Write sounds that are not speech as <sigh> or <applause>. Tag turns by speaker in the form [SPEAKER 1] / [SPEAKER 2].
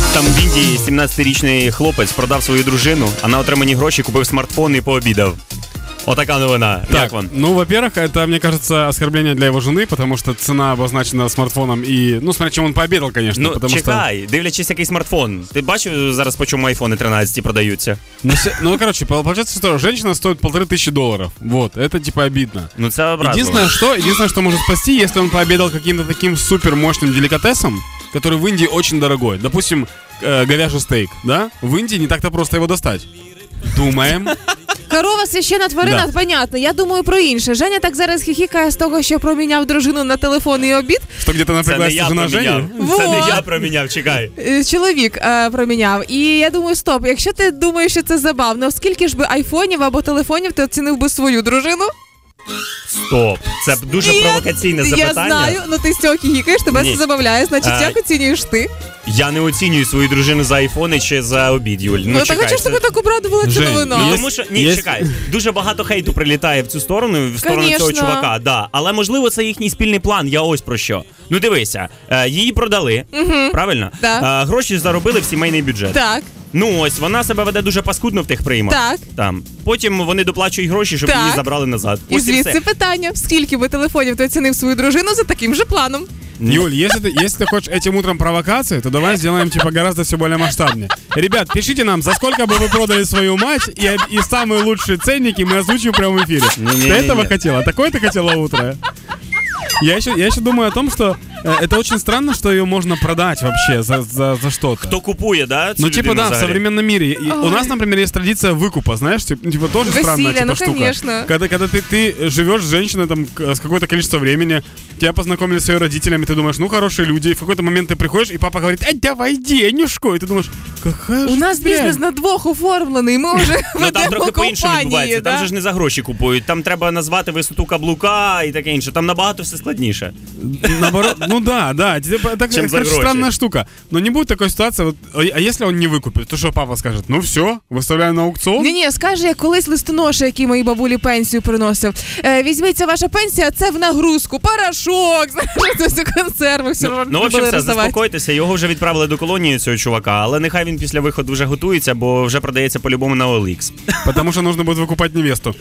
[SPEAKER 1] Фінляндії 17-річний хлопець продав свою дружину, а на отримані гроші купив смартфон і пообідав. Отака новина. Як
[SPEAKER 2] Так,
[SPEAKER 1] вам?
[SPEAKER 2] ну, во-первых, это, мне кажется, оскорбление для его жены, потому что цена обозначена смартфоном и... Ну, смотря чем он пообедал, конечно,
[SPEAKER 1] Ну,
[SPEAKER 2] потому что...
[SPEAKER 1] чекай, дивлячись, який смартфон. Ти бачив зараз, по чому айфони 13 продаються?
[SPEAKER 2] Ну, се- ну, короче, пол- получается, что женщина стоит полторы тысячи долларов. Вот, это типа обидно.
[SPEAKER 1] Ну це образно.
[SPEAKER 2] Единственное что, единственное, что может спасти, если он пообедал каким-то таким супер мощным деликатесом, который в Индии очень дорогой. Допустим, э, говяжий стейк, да? В Индии не так-то просто его достать. Думаем.
[SPEAKER 3] Корова священна тварина,
[SPEAKER 2] Да.
[SPEAKER 3] понятно. Я думаю про інше. Женя так зараз хіхікає з того, що проміняв дружину на телефон і обід.
[SPEAKER 2] Что где-то
[SPEAKER 1] це не я
[SPEAKER 2] напряглась жена
[SPEAKER 1] проміняв.
[SPEAKER 2] Жені.
[SPEAKER 1] Це не
[SPEAKER 3] Вот.
[SPEAKER 1] я проміняв, чекай.
[SPEAKER 3] Е, Чоловік е, проміняв. І я думаю, стоп, якщо ти думаєш, що це забавно, скільки ж би айфонів або телефонів ти оцінив би свою дружину?
[SPEAKER 1] Стоп. Це дуже
[SPEAKER 3] Ні,
[SPEAKER 1] провокаційне запитання.
[SPEAKER 3] Я знаю, ну ти з цього хіхікаєш, тебе
[SPEAKER 1] Ні.
[SPEAKER 3] це забавляє. Значить,
[SPEAKER 1] А, ну,
[SPEAKER 3] як оцінюєш ти?
[SPEAKER 1] Я не оцінюю свою дружину за айфони чи за обід, Юль. Ну,
[SPEAKER 3] Ну, так
[SPEAKER 1] чекай,
[SPEAKER 3] хочу,
[SPEAKER 1] це-
[SPEAKER 3] щоб ви так обрадували цю
[SPEAKER 2] Жень,
[SPEAKER 3] новину.
[SPEAKER 1] Ну,
[SPEAKER 2] Є-
[SPEAKER 1] тому що ні,
[SPEAKER 2] є-
[SPEAKER 1] чекай, дуже багато хейту прилітає в цю сторону, в сторону
[SPEAKER 3] Конечно.
[SPEAKER 1] цього чувака. Да. Але можливо це їхній спільний план. Я ось про що. Ну дивися, е, її продали, правильно?
[SPEAKER 3] Да.
[SPEAKER 1] Е, гроші заробили в сімейний бюджет.
[SPEAKER 3] Так,
[SPEAKER 1] Ну ось вона себе веде дуже паскудно в тих приймах.
[SPEAKER 3] Так.
[SPEAKER 1] Там потім вони доплачують гроші, щоб
[SPEAKER 3] Так.
[SPEAKER 1] її забрали назад.
[SPEAKER 3] і
[SPEAKER 1] Ось і
[SPEAKER 3] звідси
[SPEAKER 1] все.
[SPEAKER 3] питання: скільки би телефонів ти оцінив свою дружину за таким же планом?
[SPEAKER 2] Юль, если ты, если ты хочешь этим утром провокации, то давай сделаем типа гораздо все более масштабнее. Ребят, пишите нам, за сколько бы вы продали свою мать и, об- и самые лучшие ценники мы озвучим в прямом эфире.
[SPEAKER 1] Не-не-не-не.
[SPEAKER 2] Ты этого хотела? Такое ты хотела утро? а? Я еще, я еще думаю о том, что э, это очень странно, что ее можно продать вообще за, за, за что-то.
[SPEAKER 1] Хто купує, да? цю
[SPEAKER 2] Ну, типа,
[SPEAKER 1] людину
[SPEAKER 2] да, в
[SPEAKER 1] взагалі?
[SPEAKER 2] современном мире. И у нас, например, есть традиция выкупа, знаешь, типа, типа тоже
[SPEAKER 3] Веселье,
[SPEAKER 2] странная типа,
[SPEAKER 3] ну,
[SPEAKER 2] штука.
[SPEAKER 3] конечно.
[SPEAKER 2] Когда, когда ты, ты живешь с женщиной там к- с какое-то количество времени, тебя познакомили с ее родителями, ты думаешь, ну, хорошие люди, и в какой-то момент ты приходишь, и папа говорит, ай, давай денежку, и ты думаешь, какая
[SPEAKER 3] У нас бізнес
[SPEAKER 2] бизнес
[SPEAKER 3] на двох оформлений. Ми вже
[SPEAKER 1] Ну там
[SPEAKER 3] ведемо
[SPEAKER 1] трохи по-іншому
[SPEAKER 3] компанії.
[SPEAKER 1] відбувається.
[SPEAKER 3] да.
[SPEAKER 1] Там же ж не за гроші купують. Там треба назвати висоту каблука і таке інше. Там набагато все складніше.
[SPEAKER 2] Наоборот, ну да, да, типа, так,
[SPEAKER 1] Чем за
[SPEAKER 2] короче,
[SPEAKER 1] гроши.
[SPEAKER 2] странная штука. Но не будет такой ситуации, вот, а а если он не выкупит, то что папа скажет, ну все, выставляю на аукцион,
[SPEAKER 3] Ні, ні, скаже, як колись листоноша, який моїй бабулі пенсію приносив. Е, візьміться ваша пенсія, це в нагрузку, парашок, <laughs> знаєш, це всю консерву, все
[SPEAKER 1] Ну,
[SPEAKER 3] ж
[SPEAKER 1] ну взагалі,
[SPEAKER 3] робили
[SPEAKER 1] все,
[SPEAKER 3] роздавати.
[SPEAKER 1] заспокойтеся, його вже відправили до колонії цього чувака, але нехай він після виходу вже готується, бо вже продається по-любому на OLX.
[SPEAKER 2] потому что нужно будет выкупать невесту.